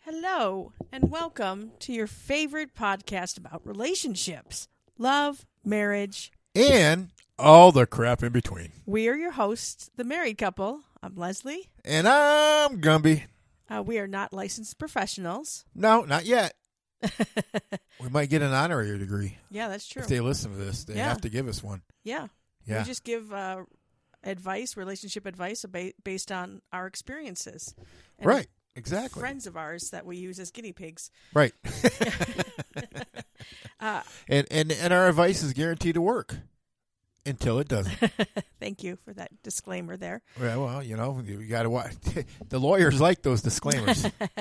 Hello, and welcome to your favorite podcast about relationships, love, marriage. and all the crap in between. We are your hosts, the married couple. I'm Leslie. And I'm Gumby. Uh, we are not licensed professionals. No, not yet. we might get an honorary degree Yeah, that's true. if they listen to this. They Yeah. have to give us one. yeah. Yeah. We just give uh, advice, relationship advice aba- based on our experiences. And right. Exactly. Friends of ours that we use as guinea pigs. Right. Uh, and, and and our advice is guaranteed to work until it doesn't. Thank you for that disclaimer there. Yeah, well, you know, you got to watch. the lawyers like those disclaimers. Uh,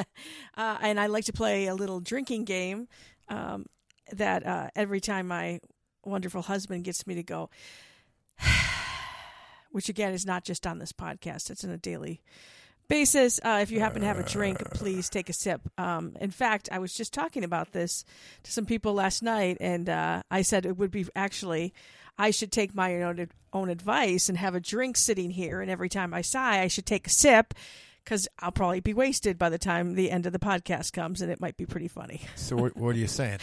and I like to play a little drinking game um, that uh, every time my wonderful husband gets me to go, which again is not just on this podcast, it's on a daily basis. Uh, if you happen to have a drink, please take a sip. Um, in fact, I was just talking about this to some people last night, and uh, I said it would be actually, I should take my own, own advice and have a drink sitting here, and every time I sigh, I should take a sip. Because I'll probably be wasted by the time the end of the podcast comes, and it might be pretty funny. so what, what are you saying?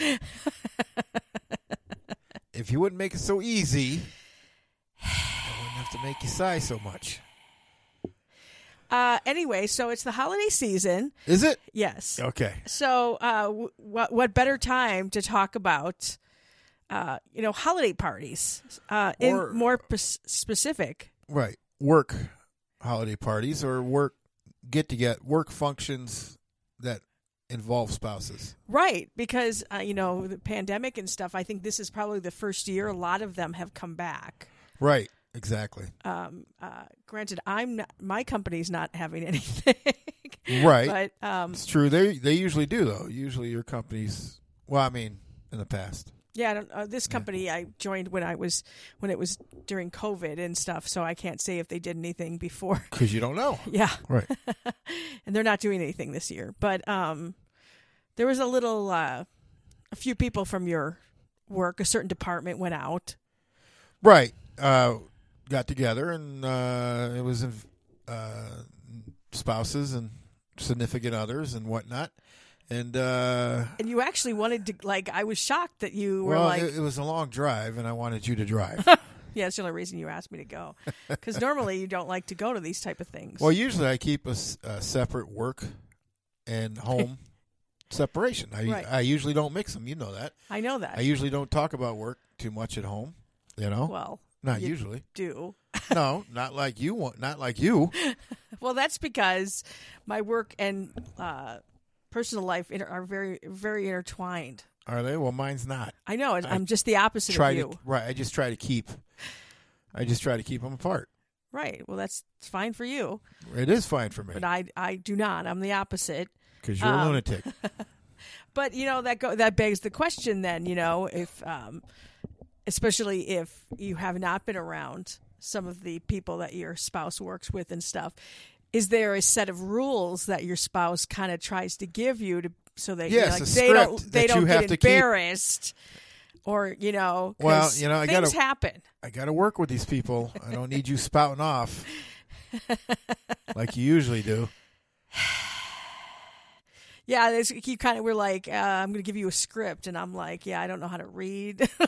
if you wouldn't make it so easy, I wouldn't have to make you sigh so much. Uh, anyway, so it's the holiday season. Is it? Yes. Okay. So, uh, w- what what better time to talk about, uh, you know, holiday parties? Uh, in Or- more p- specific, Right. Work holiday parties or work get to get work functions that involve spouses. right? Because uh, you know the pandemic and stuff. I think this is probably the first year a lot of them have come back. Right. Exactly. Um, uh, granted, I'm not, my company's not having anything, Right. But um, It's true. They they usually do though. Usually your companies well, I mean, in the past. Yeah, I don't, uh, this company I joined when I was when it was during COVID and stuff, so I can't say if they did anything before. Cuz you don't know. yeah, Right. and they're not doing anything this year. But um, there was a little, uh, a few people from your work, a certain department went out. Right. Uh, got together and uh, it was uh, spouses and significant others and whatnot. And uh, And you actually wanted to, like, I was shocked that you were well, like, it, it was a long drive, and I wanted you to drive. yeah, that's the only reason you asked me to go. Because normally you don't like to go to these type of things. well, usually I keep a, s- a separate work and home separation. I Right. I usually don't mix them. You know that. I know that. I usually don't talk about work too much at home. You know, well, not you usually. do. no, not like you want. Not like you. Well, that's because my work and uh, personal life inter- are very, very intertwined. Are they? Well, mine's not. I know, and I, am just the opposite try of you. to right. I just try to keep. I just try to keep them apart. Right. Well, that's it's fine for you, It is fine for me but um, I, I do not. I'm the opposite. because you're a lunatic. But you know that go that begs the question. Then you know if, um, especially if you have not been around some of the people that your spouse works with and stuff, is there a set of rules that your spouse kind of tries to give you to so that you Yes, like, a they don't script they that you don't have get to keep. embarrassed or you know 'cause Well, you know, I things gotta- happen. I got to work with these people. I don't need you spouting off like you usually do. Yeah, it's, you kind of were like, uh, I'm going to give you a script, and I'm like, yeah, I don't know how to read.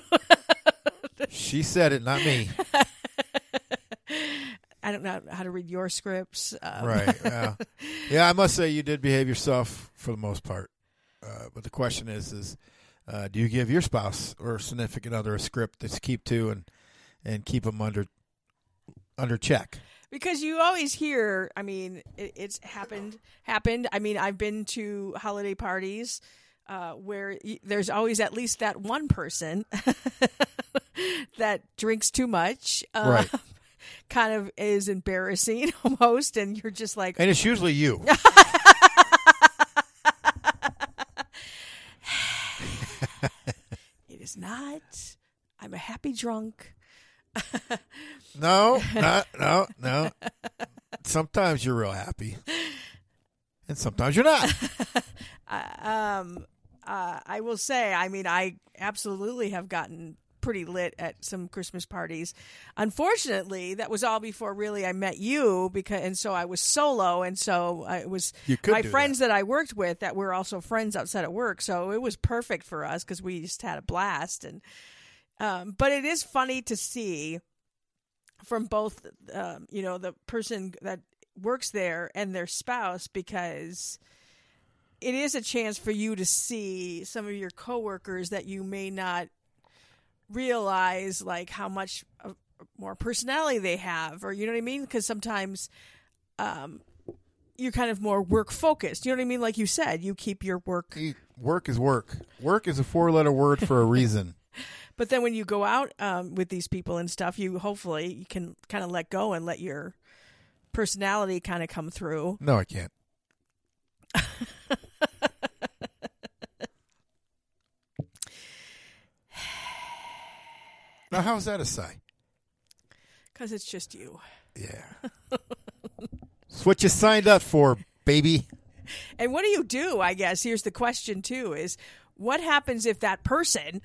She said it, not me. I don't know how to read your scripts. Um, Right? Yeah. yeah, I must say you did behave yourself for the most part. Uh, but the question is, is uh, do you give your spouse or significant other a script that's keep to and and keep them under under check? because you always hear i mean it, it's happened happened i mean i've been to holiday parties uh, where y- there's always at least that one person that drinks too much uh, Right. kind of is embarrassing almost, and you're just like, And it's usually you. it is not. I'm a happy drunk. No, not, no, no. Sometimes you're real happy, and sometimes you're not. Uh, um, uh, I will say, I mean, I absolutely have gotten pretty lit at some Christmas parties. Unfortunately, that was all before really I met you because, and so I was solo, and so I- it was You could my do friends that. I worked with that were also friends outside at work. So it was perfect for us because we just had a blast. And um, but it is funny to see from both, um, you know, the person that works there and their spouse because it is a chance for you to see some of your coworkers that you may not realize like how much of- more personality they have or you know what i mean because sometimes um you're kind of more work focused you know what i mean like you said you keep your work You- Work is work. Work is a four-letter word for a reason. but then when you go out um, with these people and stuff you hopefully you can kind of let go and let your personality kind of come through No, I can't. now, how's that a sigh? because it's just you Yeah. it's what you signed up for, baby. And what do you do? I guess here's the question too: is what happens if that person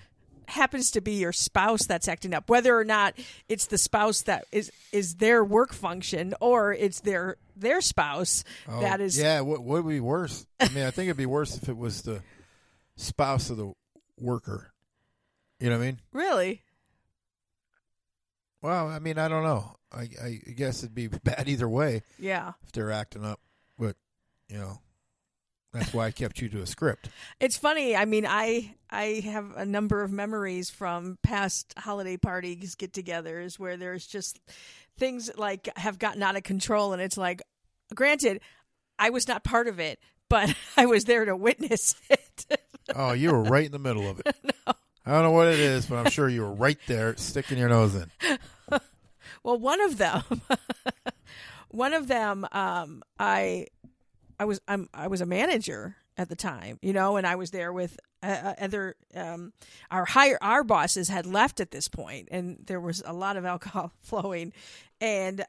happens to be your spouse that's acting up, whether or not it's the spouse that is is their work function or it's their their spouse Oh, that is Yeah. What, what would be worse? I mean, I think it'd be worse if it was the spouse of the worker. You know what I mean? really Well, I mean, I don't know. I, I guess it'd be bad either way yeah. if they're acting up, but you know, that's why I kept you to a script. It's funny. I mean, I I have a number of memories from past holiday parties, get-togethers where there's just things like have gotten out of control, and it's like, granted, I was not part of it, but I was there to witness it. Oh, you were right in the middle of it. I don't know what it is, but I'm sure you were right there sticking your nose in. Well, one of them, one of them, um, I, I was, I'm, I was a manager at the time, you know, and I was there with uh, uh, other, um, our higher, our bosses had left at this point, and there was a lot of alcohol flowing, and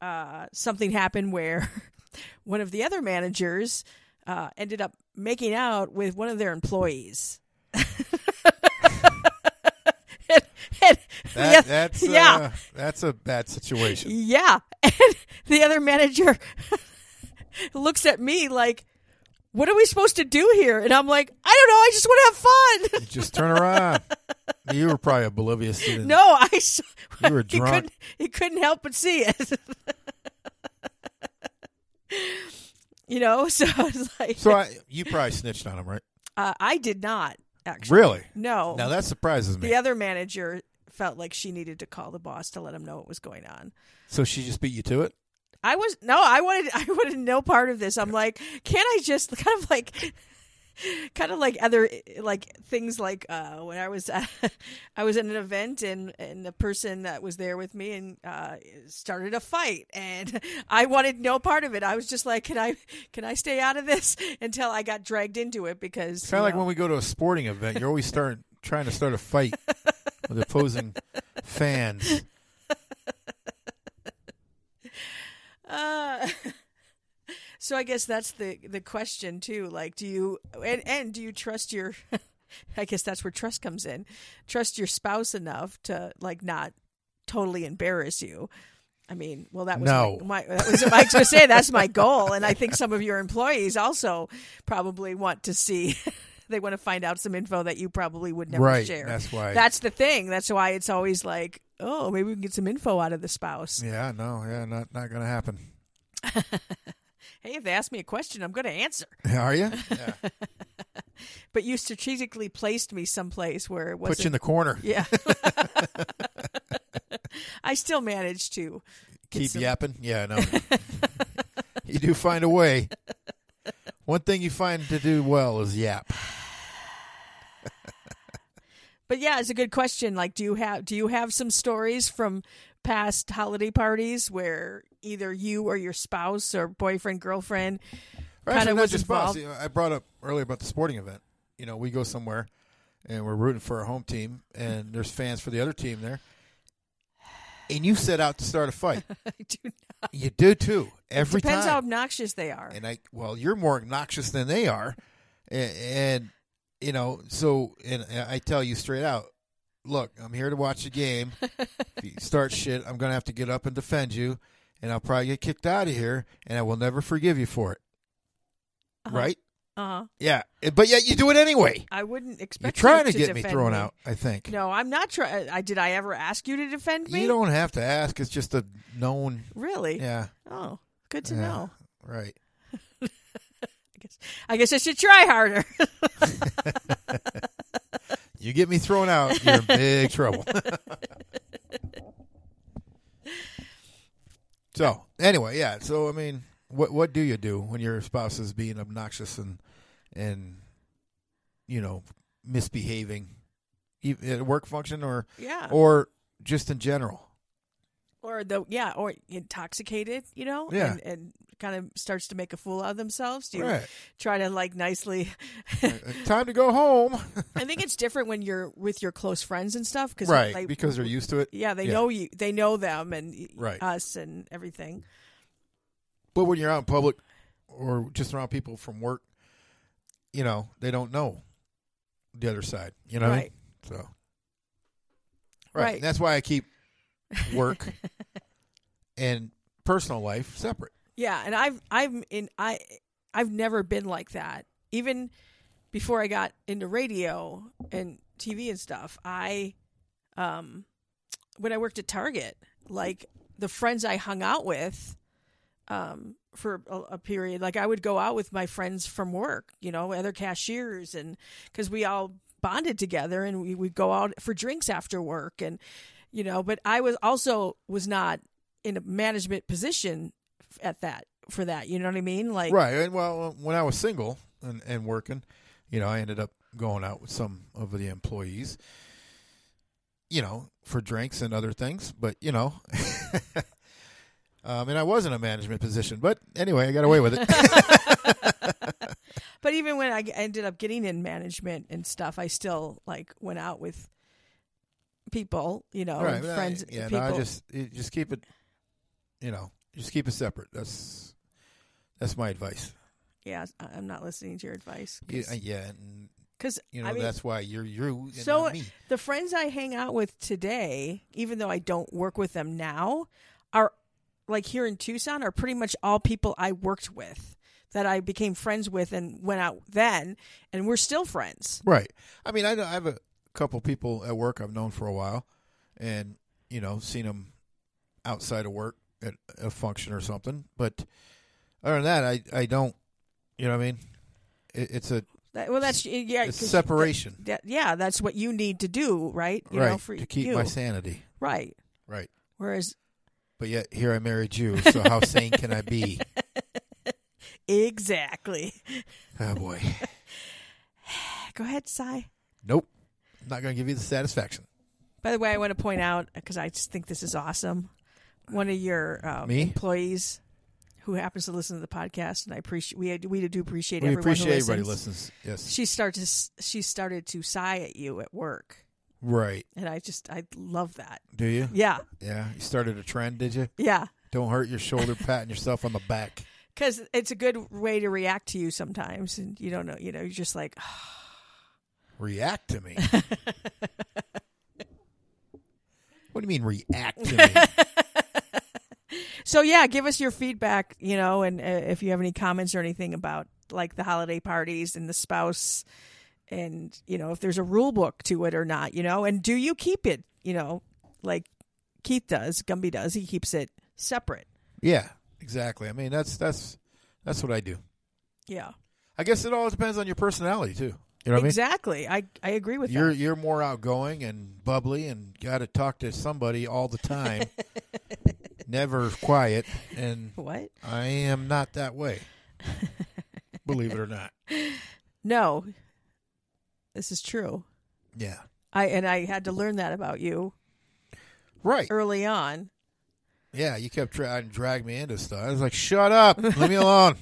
uh, something happened where one of the other managers uh, ended up making out with one of their employees. And- and the That, oth- That's uh, that's a bad situation. yeah. And the other manager looks at me like, what are we supposed to do here? And I'm like, I don't know. I just want to have You fun. just turn around. You were probably oblivious. To the- no, I. s- You were He drunk. couldn't, he couldn't help but see it. you know, so I was like, So I, you probably snitched on him, right? uh, I did not actually. Really? No. Now that surprises me. the other manager felt like she needed to call the boss to let him know what was going on. So she just beat you to it. I was no, I wanted I wanted no part of this. I'm like, can't I just kind of like kind of like other like things like uh when I was at, I was at an event and and the person that was there with me and uh started a fight and I wanted no part of it. I was just like, can I can I stay out of this until I got dragged into it because It's kind you of like know, when we go to a sporting event. You're always starting trying to start a fight with opposing fans. Uh, so I guess that's the the question too. Like, do you and and do you trust your? I guess that's where trust comes in. Trust your spouse enough to like not totally embarrass you. I mean, well, that was No. my, my that was my I was gonna say that's my goal, and I think some of your employees also probably want to see. They want to find out some info that you probably would never Right, share. that's why- That's the thing. That's why it's always like, oh, maybe we can get some info out of the spouse. Yeah, no, yeah, not not gonna happen. Hey, if they ask me a question, I'm going to answer. Are you? But you strategically placed me someplace where it Put you in wasn't. the corner. yeah. I still managed to. Keep some- yapping. Yeah, no. you do find a way. One thing you find to do well is yap. But yeah, it's a good question. Like, do you have do you have some stories from past holiday parties where either you or your spouse or boyfriend girlfriend Or kind actually, of not was just boss. involved? You know, I brought up earlier about the sporting event. You know, we go somewhere and we're rooting for our home team, and there's fans for the other team there. And you set out to start a fight. I do not. you do too every Depends how time. obnoxious they are. and I well, you're more obnoxious than they are, and, and you know. So, and I tell you straight out, look, I'm here to watch the game. if you start shit, I'm gonna have to get up and defend you, and I'll probably get kicked out of here, and I will never forgive you for it. Right? Uh, Yeah. eh, But yet you do it anyway. I wouldn't You're expect. trying you to get me defend thrown out. I think. No, I'm not trying. I did. I ever ask you to defend me? You don't have to ask. It's just a known. really? Yeah. Oh, good to Yeah. know. Right. I guess I guess I should try harder. You get me thrown out, you're in big trouble. so anyway, yeah. So I mean, what what do you do when your spouse is being obnoxious and and you know misbehaving, e- at a work function or yeah. or just in general? or the yeah, or intoxicated, you know, Yeah. and, and kind of starts to make a fool out of themselves. Do you Right. try to like nicely? Uh, Time to go home. I think it's different when you're with your close friends and stuff, cause right, like, because they're used to it. yeah, they know you, they know them and y- Right. us and everything. But when you're out in public or just around people from work, you know, they don't know the other side. You know what I mean? right, So right. Right. And that's why I keep work and personal life separate. yeah, and I've I'm in I I've never been like that. Even before I got into radio and TV and stuff, I um when I worked at Target, like the friends I hung out with um for a, a period, like I would go out with my friends from work, you know, other cashiers and cuz we all bonded together and we would go out for drinks after work and you know, but I was also was not in a management position f- at that for that, you know what I mean? Like Right. And well when I was single and, and working, you know, I ended up going out with some of the employees, you know, for drinks and other things. But, you know, um, and I was in a management position. But anyway, I got away with it. But even when I g- ended up getting in management and stuff, I still like went out with people, you know, and but I- friends, yeah, people. no, I just you just keep it, you know, just keep it separate. That's that's my advice. yeah, I- I'm not listening to your advice Yeah, yeah, and because you know I mean, that's why you're you and so not me. the friends I hang out with today, even though I don't work with them now, are like here in Tucson are pretty much all people I worked with that I became friends with and went out then, and we're still friends. Right. I mean, I know I have a couple people at work I've known for a while, and you know, seen them outside of work at a function or something. But other than that, I I don't. You know what I mean? It, it's a That, well, that's yeah, it's 'cause separation, that- yeah, that's what you need to do, right? You right? know, for to keep you. my sanity, right. right? Whereas But yet here I married you, so how sane can I be? exactly. Oh boy. Go ahead, sigh. Nope. Not gonna give you the satisfaction. By the way, I want to point out because I just think this is awesome. One of your um, Me? employees who happens to listen to the podcast, and I appreciate we we do appreciate We everyone appreciate who everybody listens. listens. Yes. She started to, she started to sigh at you at work, Right. and I just I love that. Do you? Yeah, Yeah. You started a trend, did you? yeah, Don't hurt your shoulder patting yourself on the back. because it's a good way to react to you sometimes, and you don't know, you know, you're just like, React to me. what do you mean react to me? So yeah, give us your feedback, you know, and uh, if you have any comments or anything about like the holiday parties and the spouse and you know, if there's a rule book to it or not, you know, and do you keep it, you know, like Keith does, Gumby does, he keeps it separate. yeah, exactly. I mean that's that's that's what I do. Yeah. I guess it all depends on your personality too. You know what I mean? exactly. I I agree with You're you. you're more outgoing and bubbly and got to talk to somebody all the time. Never quiet and What? I am not that way. Believe it or not. No. This is true. Yeah. I and I had to learn that about you Right. early on. Yeah, you kept trying to drag me into stuff. I was like, "Shut up, leave me alone."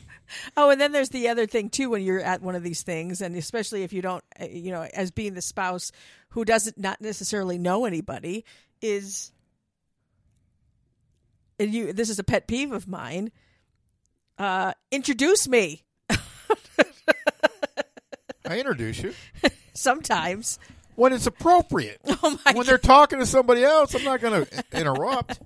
Oh, and then there's the other thing too when you're at one of these things, and especially if you don't, uh, you know, as being the spouse who doesn't not necessarily know anybody is. And you, this is a pet peeve of mine. Uh, introduce me I introduce you sometimes. when it's appropriate. Oh my! when they're talking to somebody else, I'm not going to interrupt.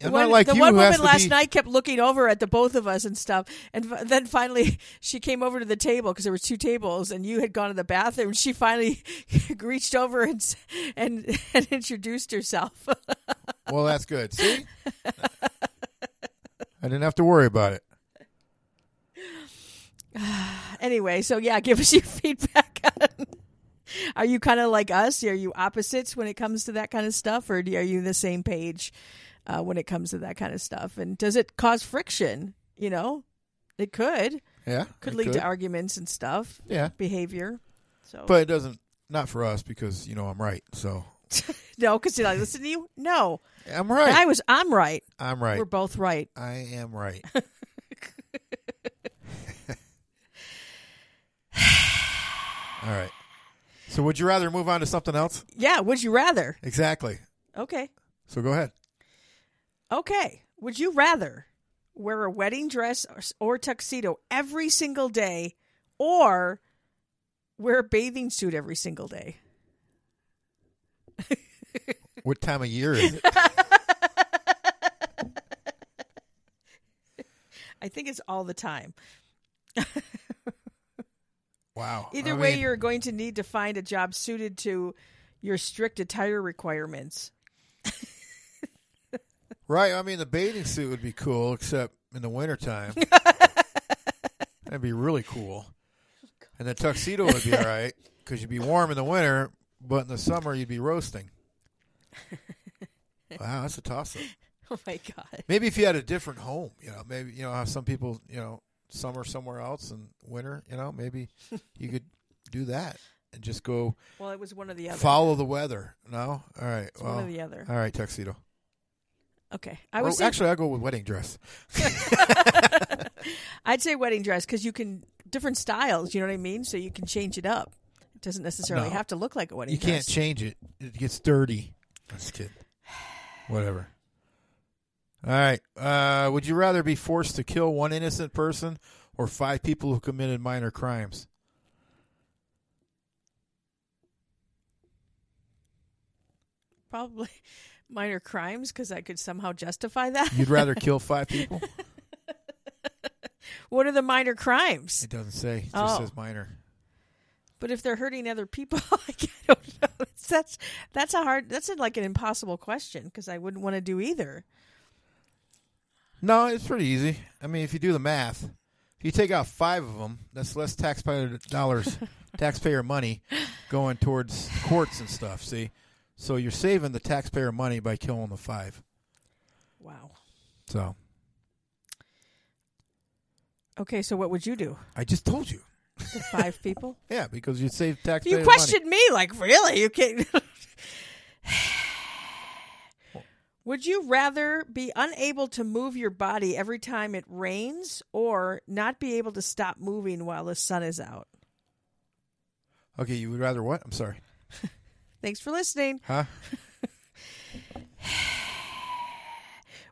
The I'm one, not like the you one who woman has to last be- night kept looking over at the both of us and stuff, and f- then finally she came over to the table because there were two tables, and you had gone to the bathroom. She finally reached over and s- and, and introduced herself. Well, that's good. See, I didn't have to worry about it. anyway, so yeah, give us your feedback. on- are you kind of like us? Are you opposites when it comes to that kind of stuff, or do- are you the same page uh, when it comes to that kind of stuff? And does it cause friction? You know, it could Yeah, could it lead to arguments and stuff, yeah, behavior. So but it doesn't. Not for us because you know I'm right. So no, because did I listen to you? No, I'm right. I was. I'm right. I'm right. We're both right. I am right. All right. So would you rather move on to something else? Yeah. Would you rather? Exactly. Okay. So go ahead. Okay. Would you rather wear a wedding dress or, or tuxedo every single day or wear a bathing suit every single day? What time of year is it? I think it's all the time. Wow. Either I way, mean, you're going to need to find a job suited to your strict attire requirements. right. I mean, the bathing suit would be cool, except in the wintertime. That'd be really cool. And the tuxedo would be all right because you'd be warm in the winter, but in the summer you'd be roasting. Wow, that's a toss up. Oh my God. Maybe if you had a different home, you know, maybe you know how some people, you know, summer somewhere else and winter, you know, maybe you could do that and just go Well, it was one or the other. follow the weather. No, all right, It's well, one or the other. all right, tuxedo. Okay. I Or would say, actually, I'll go with wedding dress. I'd say wedding dress because you can, different styles, you know what I mean? So you can change it up. It doesn't necessarily No. have to look like a wedding You can't dress. change it; it gets dirty. Just kidding. Whatever. All right. Uh, would you rather be forced to kill one innocent person or five people who committed minor crimes? probably minor crimes because I could somehow justify that. You'd rather kill five people? What are the minor crimes? It doesn't say. It just Oh. says minor. But if they're hurting other people, like, I don't know. It's- that's that's a hard. That's a, like an impossible question because I wouldn't want to do either. No, it's pretty easy. I mean, if you do the math, if you take out five of them, that's less taxpayer dollars, taxpayer money going towards courts and stuff. See, so you're saving the taxpayer money by killing the five. Wow. So Okay, so what would you do? I just told you, The five people? yeah, because you save taxpayer. You questioned me like really? You can't. Would you rather be unable to move your body every time it rains or not be able to stop moving while the sun is out? Money. Okay, you would rather what? I'm sorry, Thanks for listening. huh?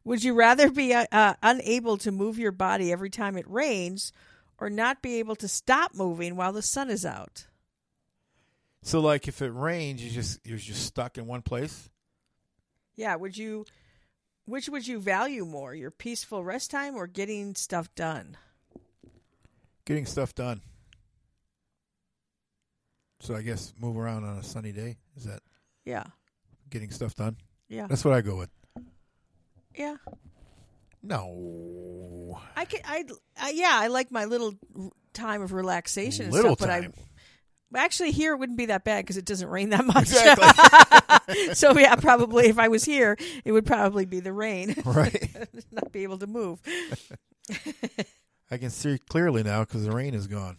Would you rather be uh, uh, unable to move your body every time it rains or not be able to stop moving while the sun is out? So like, if it rains, you just you're just stuck in one place. Yeah, would you which would you value more, your peaceful rest time or getting stuff done? getting stuff done. So I guess move around on a sunny day is that Yeah. getting stuff done? Yeah. That's what I go with. Yeah. No, I can I, I yeah, I like my little r- time of relaxation and little stuff, time. but I actually here it wouldn't be that bad cuz it doesn't rain that much. Exactly. so yeah, probably if I was here, it would probably be the rain. right. not be able to move. I can see clearly now because the rain is gone.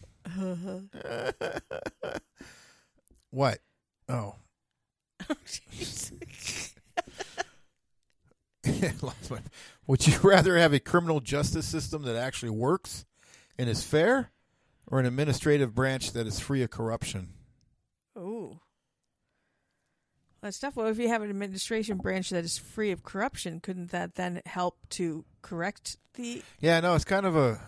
what? Oh, Jeez. Yeah, lost my- Would you rather have a criminal justice system that actually works and is fair, or an administrative branch that is free of corruption? Ooh. That's tough. Well, if you have an administration branch that is free of corruption, couldn't that then help to correct the Yeah, no, it's kind of a.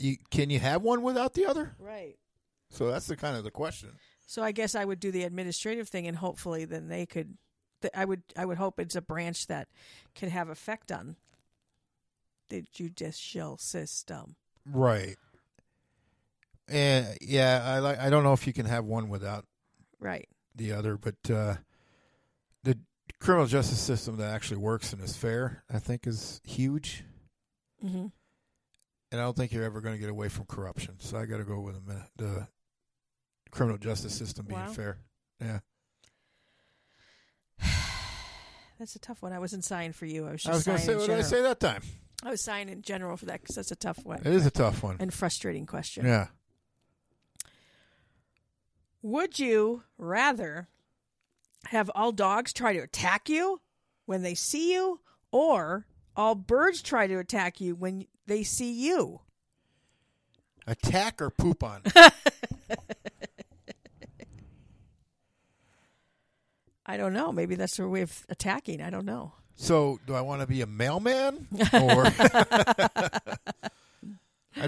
You can you have one without the other? right? So that's the kind of the question. So I guess I would do the administrative thing, and hopefully, then they could. th- I would. I would hope it's a branch that can have effect on the judicial system. Right. And yeah, I like. I don't know if you can have one without Right. the other, but uh, the criminal justice system that actually works and is fair, I think, is huge. Mm-hmm. and I don't think you're ever going to get away from corruption. So I got to go with a minute. the criminal justice system being Wow. fair. Yeah, That's a tough one. I wasn't signed for you. I was just I was going to sighing say in what did I general. say that time. I was signed in general for that because that's a tough one It is a tough one. and frustrating question. Yeah. Would you rather have all dogs try to attack you when they see you, or all birds try to attack you when they see you? attack or poop on. I don't know. Maybe that's their way of attacking. I don't know. so do I want to be a mailman or? I'd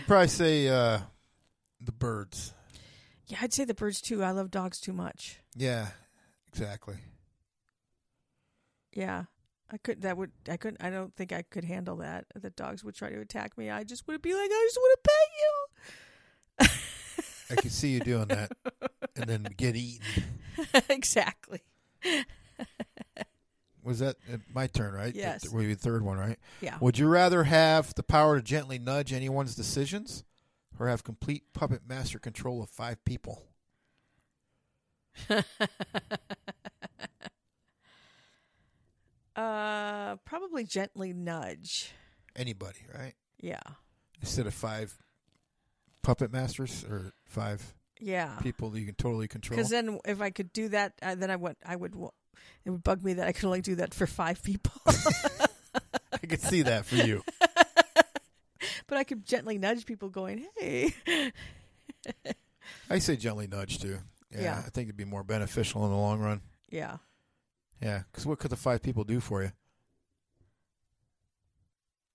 probably say uh, the birds. Yeah, I'd say the birds too. I love dogs too much. Yeah, exactly. Yeah. I could that would I couldn't I don't think I could handle that. The dogs would try to attack me. I just would be like, I just want to pet you. I could see you doing that, and then get eaten. exactly. Was that uh, my turn? Right. Yes. Oh. That would be the third one, right? Yeah. Would you rather have the power to gently nudge anyone's decisions or have complete puppet master control of five people? Uh, probably gently nudge. Anybody, right? Yeah. Instead of five puppet masters or five Yeah. people that you can totally control. Because then, if I could do that, uh, then I would. I would. wa- It would bug me that I could only do that for five people, I could see that for you. but I could gently nudge people, going, "Hey, I say gently nudge too. Yeah, Yeah. I think it'd be more beneficial in the long run. yeah, Yeah, because what could the five people do for you?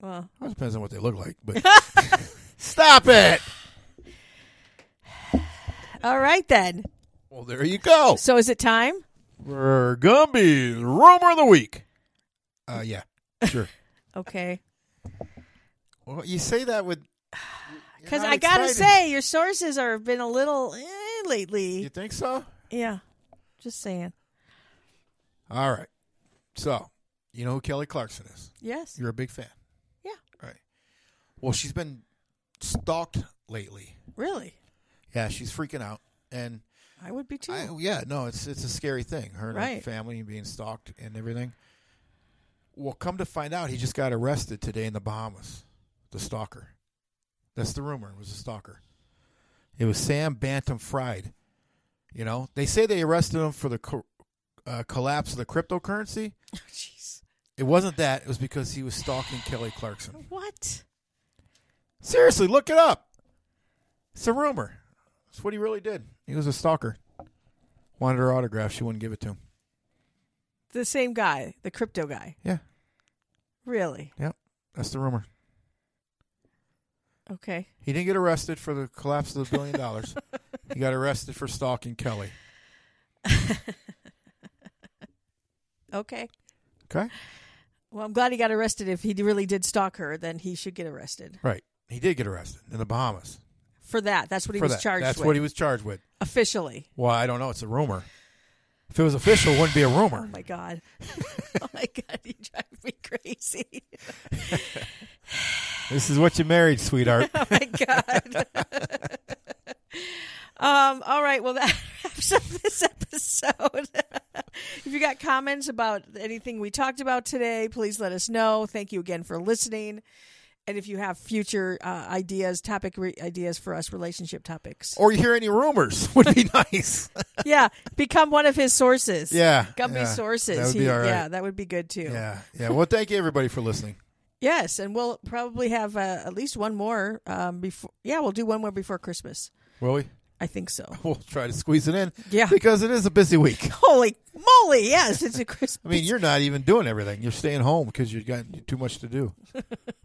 well, Well, it depends on what they look like. But stop it. all right then." Well, there you go. So, is it time? For Gumby's rumor of the week. Uh, yeah, sure. Okay, Well, you say that with you're because not I gotta excited. say, your sources are have been a little eh, lately. you think so? yeah, just saying. All right. So, you know who Kelly Clarkson is? Yes. You're a big fan. Yeah. All right. Well, she's been stalked lately. Really, Yeah, she's freaking out, and I would be too. I, yeah, no, it's it's a scary thing. Her and her Right. family being stalked and everything. Well, come to find out, he just got arrested today in the Bahamas. The stalker. That's the rumor. It was a stalker. It was Sam Bantam Fried. You know, they say they arrested him for the co- uh, collapse of the cryptocurrency. Oh, Jeez. It wasn't that. It was because he was stalking Kelly Clarkson. What? Seriously, look it up. It's a rumor. That's what he really did. He was a stalker. Wanted her autograph. She wouldn't give it to him. The same guy, the crypto guy. Yeah, Really? yeah. That's the rumor. Okay. He didn't get arrested for the collapse of the billion dollars. he got arrested for stalking Kelly. Okay. Okay? Well, I'm glad he got arrested. If he really did stalk her, then he should get arrested Right. He did get arrested in the Bahamas. for that. That's what he for was that. charged That's with what he was charged with. officially. Well, I don't know. It's a rumor. If it was official, it wouldn't be a Oh rumor. my god! oh my god! You drive me crazy. This is what you married, sweetheart. Oh my god. um. All right. Well, that wraps up this episode. if you got comments about anything we talked about today, please let us know. Thank you again for listening. and if you have future uh, ideas, topic re- ideas for us, relationship topics. Or you hear any rumors would be nice. yeah, become one of his sources. yeah. Become yeah, his sources. That would be He- all right. Yeah, that would be good too. Yeah. Yeah. Well, thank you everybody for listening. Yes, and we'll probably have uh, at least one more um, before. Yeah, we'll do one more before Christmas. Will we? I think so. We'll try to squeeze it in. Yeah. Because it is a busy week. Holy moly! Yes, it's a Christmas. I mean, you're not even doing everything. You're staying home because you've got too much to do,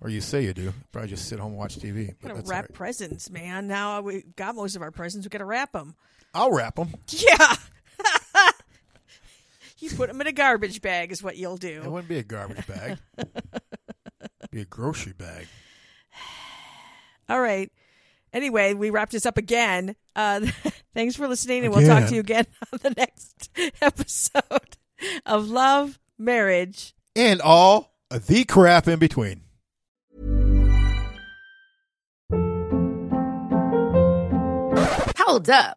or you say you do. Probably just sit home and watch TV. But gotta that's all wrap right. presents, man. Now we got most of our presents. We gotta wrap them. I'll wrap them. Yeah. you put them in a garbage bag is what you'll It do. wouldn't be a garbage bag. be a grocery bag. All right. Anyway, we wrapped this up again. Uh, thanks for listening, and we'll talk to you again on the next episode of Love, Marriage. And all of the crap in between. Hold up.